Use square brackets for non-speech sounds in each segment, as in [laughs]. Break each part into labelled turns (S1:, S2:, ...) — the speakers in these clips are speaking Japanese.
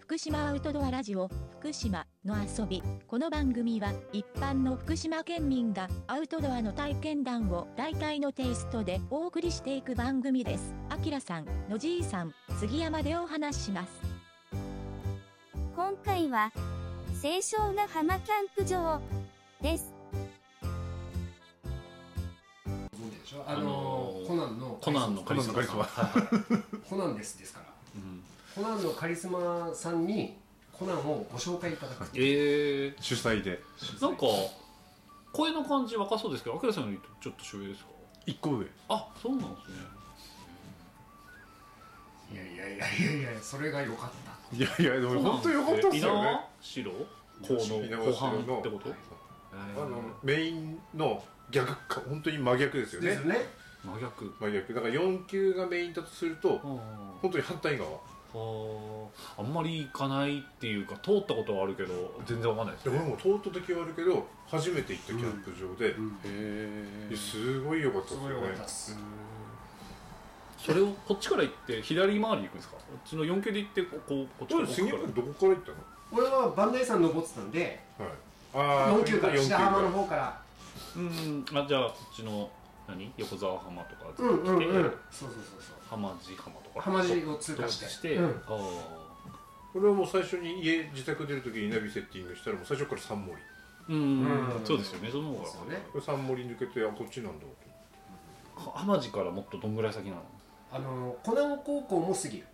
S1: 福島アウトドアラジオ福島の遊びこの番組は一般の福島県民がアウトドアの体験談を大体のテイストでお送りしていく番組ですあきらさんのじいさん杉山でお話しします
S2: 今回は、清少ヶ浜キャンプ場です。
S3: ご存知でしょあのー
S4: あのー
S3: コナンの
S4: コナンのカリスマさん。はい
S3: コナンですですから
S4: うん
S3: コナンのカリスマさんにコナンをご紹介いただくっていう
S4: ええ
S5: 主催で
S4: ー、なんか、声の感じ若そうですけど、アキラさんよりちょっと上ですか
S5: 一個上
S4: あ、そうなんですね。
S3: いやいやいやいやいやそれが良かった
S5: いやいやでも本当によかったっすよね
S4: 白
S5: こうの
S4: 後半ってこと
S5: あのメインの逆か本当に真逆ですよ
S3: ですよ
S5: ね
S3: ね
S4: 真逆。
S5: 真逆だから4級がメインだとすると
S4: は
S5: 本当に反対側
S4: あ、あんまり行かないっていうか、通ったことはあるけど、全然わかんないです
S5: で
S4: ね。
S5: 俺も通った時はあるけど初めて行ったキャンプ場で、
S3: ん
S4: へ
S5: すごい良かった
S3: す
S5: です
S3: ごい良
S5: よ
S3: か
S5: ね
S3: ったっす
S4: それをこっちから行って左回りに行くんですかこっちの 4K で行ってこうこうこっち
S5: 当
S4: から
S5: 時杉
S4: 奥か
S5: 山君どこから行った
S3: 俺は磐梯山登ってたんで
S5: のはいあ
S3: 4級から
S5: 4級
S3: 下浜の方から
S4: らうんあじゃあこっちの何横沢浜とかず
S3: う
S4: っと
S3: ん
S4: 来
S3: うん
S4: て、
S3: うんそうそうそうそう
S4: 浜地浜とか
S3: 浜尻を通
S4: と
S3: 過
S4: か
S3: して
S4: して、
S3: う
S4: あ
S3: ん、
S4: あ
S5: 俺はもう最初に家自宅出る時にナビセッティングしたらもう最初から三森こ
S4: うん、
S3: うん
S4: そうですよねその方
S3: そう
S4: が、
S3: ね
S5: れ三森抜けてあこっちなんだと
S4: は浜地からもっとどんぐらい先なの
S3: あのー、コナン高校も過ぎる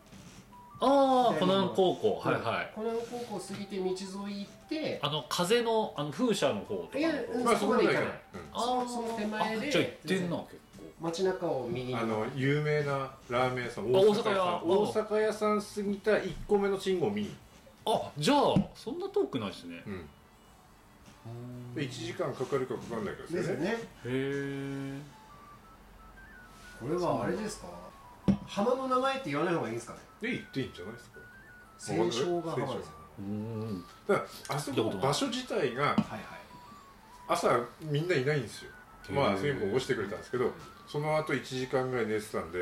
S4: ああ
S3: で
S4: 湖南高校はい
S3: うん
S4: はい、
S3: コナン高校過ぎて道沿い行って
S4: あの風のあの風車の方とか
S3: い
S4: の
S3: や
S4: 方
S3: うんそこまで行かない
S5: うん
S4: あ
S3: そ
S4: ー
S3: その手前で
S4: あじゃあ行ってんな結
S3: 街中を右に
S5: あの有名なラーメン屋さん
S4: 大
S5: 大
S4: 阪
S5: 阪
S4: 屋
S5: 屋さん大阪屋さん過ぎた1個目の信号見に、
S4: 構あじゃあそんな遠くないですね、
S5: うん、1時間かかるかかかんないか
S3: で
S5: ですす
S3: よ
S5: よね
S3: ね
S4: へえ
S3: これはあれですか浜の名前って言わない方がいいんですかね
S5: で行っていいんじゃないですか
S3: 清少が浜
S5: 清
S3: です
S5: 少
S3: よ
S4: うん
S5: だからあそこの場所自体が
S3: はいはい
S5: 朝みんないないんですよ
S4: へー
S5: まあ杉本起こしてくれたんですけどその後1時間ぐらい寝てたんで、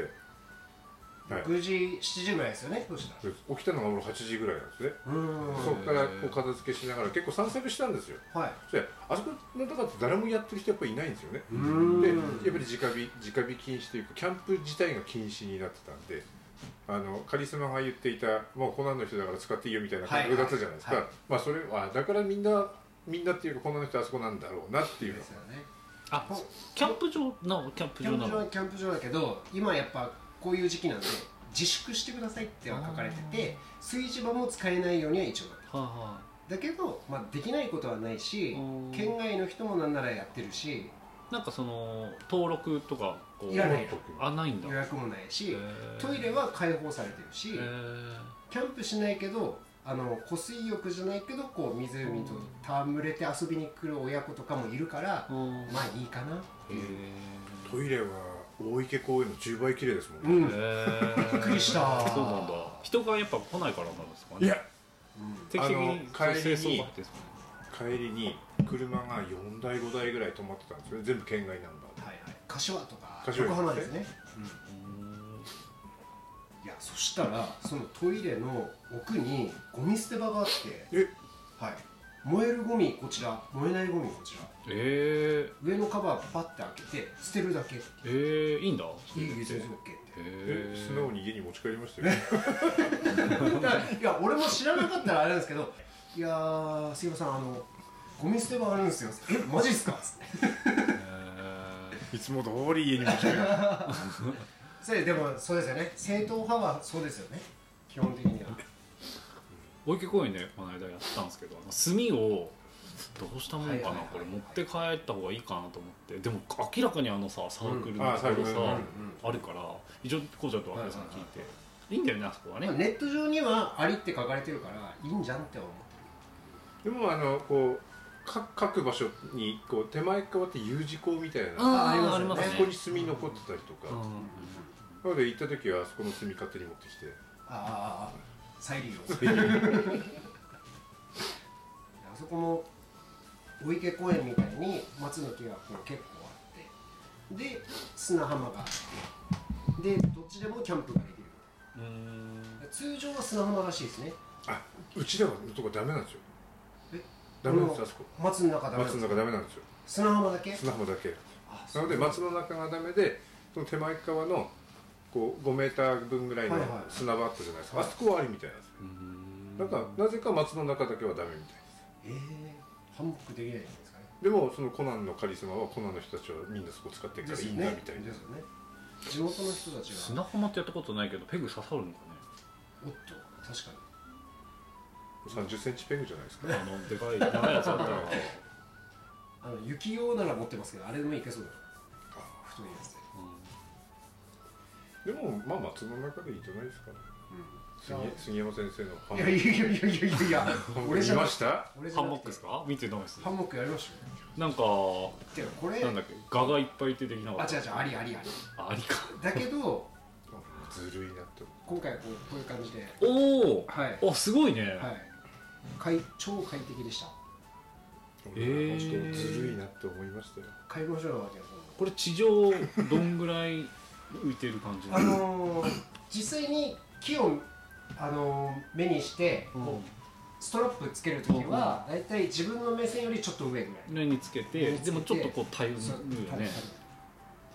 S5: はい、
S3: 6時7時ぐらいですよねどうしたら
S5: 起きたのが俺8時ぐらいなんですね
S3: うーん
S5: そこからこう片付けしながら結構散策したんですよ
S3: はい
S5: そしてあそこの中って誰もやってる人やっぱりいないんですよね
S3: うーん
S5: でやっぱり直火直火禁止というかキャンプ自体が禁止になってたんであのカリスマが言っていたもうコナンの人だから使っていいよみたいな感覚だったじゃないですか、
S3: はいはい
S5: まあそれはだからみんなみんなっていうかコナンの人はあそこなんだろうなっていう
S3: で
S5: の
S3: すよね
S4: あキャンプ場なのキャンプ
S3: キャ
S4: 場
S3: ン
S4: な
S3: プ場
S4: の
S3: はキャンプ場だけど今やっぱこういう時期なんで自粛してくださいっては書かれてて炊事場も使えないようには一応なってる
S4: はいはい
S3: だけど、まあ、できないことはないし
S4: うん
S3: 県外の人もなんならやってるし
S4: なんかその登録とかこう
S3: いらない
S4: あないんだ
S3: 予約もないし
S4: へー
S3: トイレは開放されてる
S4: へ
S3: し
S4: ー
S3: キャンプしないけどあの湖水浴じゃないけどこう湖と戯れて遊びに来る親子とかもいるから
S4: うん
S3: まあいいかな
S4: へ
S5: トイレは大池公園の10倍綺麗ですもんね、
S3: うん、
S4: ー
S3: びっくりした
S4: そうなんだ人がやっぱ来ないからなんですかね
S5: いや
S4: 定期的に
S5: あの帰りに
S4: 清掃が入ってるんですかね
S5: 帰りに車が4台5台ぐらい止まってたんですよね全部県外ナンバーで
S3: はいはい柏とか
S5: 柏
S3: 横浜ですねうんいやそしたらそのトイレの奥にゴミ捨て場があって
S5: え
S3: はい燃えるゴミこちら燃えないゴミこちら
S4: えー、
S3: 上のカバーパッて開けて捨てるだけい
S4: えー、いいんだ
S3: いいですよ OK って
S4: へ
S5: え素
S4: ー
S5: 直に家に持ち帰りましたよ、
S3: いや俺も知らなかったらあれなんですけど「いやー杉山さんあのゴミ捨て場あるんですよ」えマジっすか?」つって
S5: [laughs] いつも通り家に持ち帰りました
S3: それでもそうですよね正統派はそうですよね基本的には
S4: 大池公園でこの間やったんですけどあの炭をどうしたもんかな、
S3: はいはいはい
S4: これ持って帰った方がいいかなと思ってでも明らかにあのさサークルの
S5: うんあ
S4: ところさ、
S5: サークルのうん
S4: あるから一応こうちゃんと明さんに聞いて、いいんだよねあそこはね、
S3: でもネット上には「あり」って書かれてるからいいんじゃんって思って
S5: でもあのこうか各場所にこう手前側って U 字工みたいな
S4: ああ
S3: あ
S4: あ
S3: あ
S4: り
S3: り
S4: ま
S3: ますす
S4: ね
S3: ね
S5: あそこに炭残ってたりとか、
S4: うん
S5: なので行った時はあそこの炭勝手に持ってきて
S3: あーあーあー再利用あそこもお池公園みたいに松の木がこう結構あってで砂浜があってでどっちでもキャンプができる
S4: うーん
S3: 通常は砂浜らしいですね
S5: あうちらのとこダメなんですよ
S3: え
S5: ダメなんですよあそこ
S3: 松の中ダメな
S5: 松
S3: んで
S5: の
S3: す
S5: 中ダメなんですよ
S3: 砂浜だけ
S5: 砂浜だけ
S3: あそ
S5: な
S3: う
S5: ので松の中がダメでその手前側のこう5メーター分ぐらいの
S3: はいはい
S5: 砂場あったじゃないですか、
S3: はい
S5: あそこはありみたいなんですよ
S4: うん
S5: なんかなぜか松の中だけはダメみたいです
S3: えー、反復できないんですかね
S5: でもそのコナンのカリスマはコナンの人たちはみんなそこ使ってるからいいんだみたい
S3: で
S5: な、
S3: すよね地元の人たちが
S4: 砂浜ってやったことないけどペグ刺さるのか
S3: おっと確かに
S5: 3 0ンチペグじゃないですか
S4: ねあのでかい長いやつ
S3: [laughs]
S4: だったら
S3: あの雪用なら持ってますけどあれでもいけそうだな太いやつで
S5: でもまあ松の中でいいじゃないですか、杉
S3: いや
S5: 杉山先生のハ
S3: い
S5: ンモ
S3: やい
S5: ッ
S3: やいやいやいやいや
S5: ク
S3: 俺
S5: 見
S3: じゃな
S5: ま
S3: くて
S5: した
S3: 俺じ
S4: ハ
S3: ゃ
S4: ン
S3: な
S4: モ
S3: く
S4: ッ
S3: て
S4: クですか見てないです
S3: ハンモックやりましたよ
S4: なんか
S3: てかこれ
S4: なんだっけ蛾がいっぱい出てできなか
S3: あ
S4: っ
S3: 違う
S4: た
S3: 違うありありあり
S4: あありか
S3: だけど
S5: ずるいなって思
S3: 今回はこうこういう感じで
S4: お
S3: はい
S4: おあすごいね、
S3: はい快超快適でした
S5: う
S4: え
S5: 俺は
S4: ー
S5: 本当ずるいなって思いましたよ
S3: 買いましょうよじゃあ
S4: これ地上どんぐらい浮いてる感じ
S3: あのー、実際に木を、あのー目にして、こうストラップつけるときは、大体自分の目線よりちょっと上ぐらい、
S4: 目につけて
S3: 目につけて
S4: でもちょっとこう耐える
S3: そう
S4: よね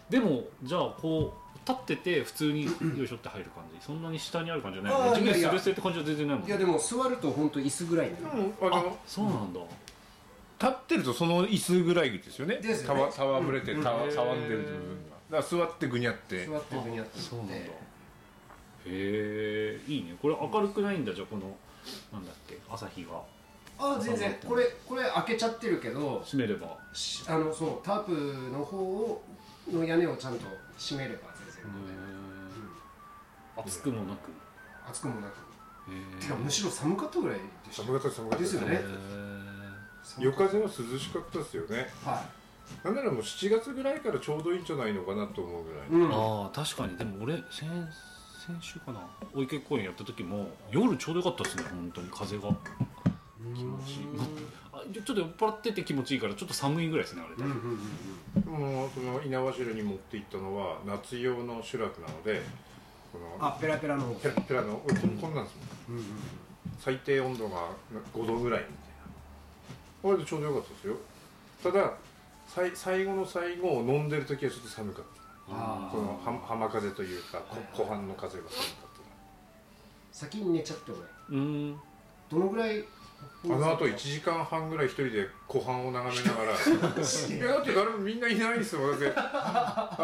S4: でもじゃあこう立ってて普通によいしょって入る感じそんなに下にある感じじゃない
S3: あ
S4: よ
S3: ー
S4: ね地面
S3: いやいや
S4: すれすれって感じは全然ないもん
S3: いや
S4: ね
S3: でも座ると本当椅子ぐらいになる、
S5: うんあ
S4: あ
S5: の
S4: そうなんだ
S5: 立ってるとその椅子ぐらいですよね
S3: ですよ
S5: た
S3: ね
S5: わたわぶれて
S3: うん
S5: た
S4: う
S5: わ
S4: ん
S5: たわんでる部分がだから座ってぐにゃって
S3: 座って上にやって
S4: そうなんだ
S3: て
S4: へえいいねこれ明るくないんだじゃあこのなんだっけ朝日が
S3: ああ全然これこれ開けちゃってるけど
S4: 閉めれば
S3: しあのそうタープの方をの屋根をちゃんと閉めれば全然問題ない、
S4: 暑くもなく
S3: 暑くもなく
S4: へー
S3: てかむしろ寒かったぐらいでした
S5: 寒かった寒かった
S3: ですよ
S4: へ
S3: ね
S4: ー
S5: 夜風は涼しかったですよね
S3: は
S5: なんならもう7月ぐらいからちょうどいいんじゃないのかなと思うぐらい
S3: い、うん、
S4: ああ確かにでも俺先先週かなお池公園やった時も夜ちょうどよかったですね本当に風が気持ちいいあちょちょっと酔っ払ってて気持ちいいからちょっと寒いぐらいですねあれ、
S3: うんうんうんうん
S5: もうその猪苗代に持って行ったのは夏用の集落なのでこの
S3: あペラペラの方
S5: ペラペラの俺こんこんなんですもん
S3: うんうん
S5: 最低温度が5度ぐらいみたいなあれでちょうどよかったですよたださい最後の最後を飲んでる時はちょっと寒かった
S3: あ
S5: このは浜風というかこ湖畔の風が寒かっ
S3: 先に寝ちゃって俺
S4: うーん
S3: どのぐらい
S5: たなあのあと1時間半ぐらい一人で湖畔を眺めなが [laughs] らいやだって誰もみんないないですもんだってあ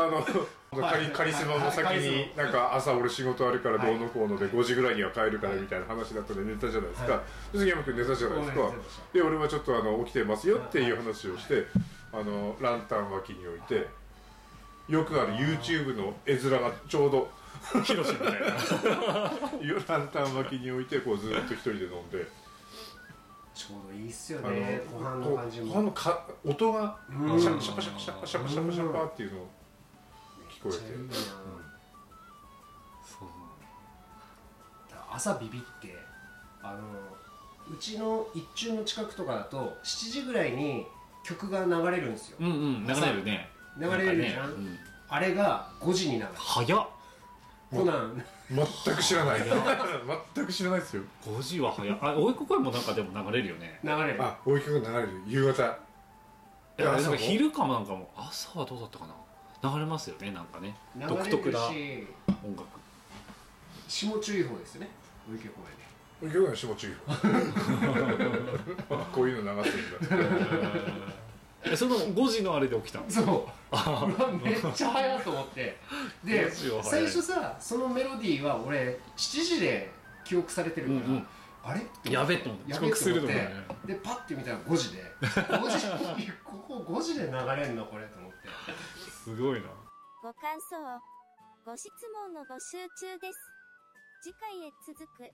S5: のカリカリスマも先になんか朝俺仕事あるからどうのこうので5時ぐらいには帰るからみたいな話だったんで寝たじゃないですかで杉山君寝たじゃないですかで俺はちょっとあの起きてますよっていう話をしてあのランタン脇に置いてよくある YouTube の絵面がちょうど
S4: ヒロシみたいな
S5: ランタン脇に置いてこうずっと一人で飲んで
S3: ちょうどいいっすよ
S5: あ
S3: ねご飯の感じ
S5: ご飯
S3: も
S5: のか音が
S3: うん
S5: シャシャパシャパシャパシャパシャパシャパっていうのを聞こ
S3: め
S5: え
S3: っち
S5: て
S3: ゃいいな
S4: そう
S3: 朝ビビってあのうちの一中の近くとかだと7時ぐらいに曲が流れるんですよ
S4: うんうん流れるね
S3: 流れるじゃん
S4: なかねうん
S3: あれが5時に流れる
S4: 早っ
S3: コナン
S5: 全く知らない [laughs] 全く知らないですよ
S4: 5時は早いあおいこ公園もなんかでも流れるよね
S3: 流れる
S5: あ大きく流れる夕方
S4: い
S5: い
S4: やな
S5: や
S4: ん
S5: 朝
S4: か
S5: も
S4: 昼かもなんかも朝はどうだったかな流れますよねなんかね
S3: 流れ
S4: 独特な
S3: る
S4: 音
S3: [laughs]
S4: 楽
S3: し下注意報ですよね小池公園で
S5: 大きくの下注意報 [laughs] こういうの流すんだ
S4: えその5時のあれで起きたの
S3: そううわめっちゃ早いと思
S4: [laughs]
S3: ってで
S4: マジは早
S3: 最
S4: い
S3: 初さそのメロディーは俺7時で記憶されてるから、
S4: うんうん
S3: あれ
S4: やべえと思って
S3: や
S4: 遅
S3: べえ
S4: 刻す
S3: と
S4: ると
S3: 思
S4: か
S3: って
S4: ね
S3: でパッて見たら5時で5時 [laughs] ここ5時で流れんのこれと思って
S4: すごいな
S2: ご感想、ご質問の募集中です。次回へ続く。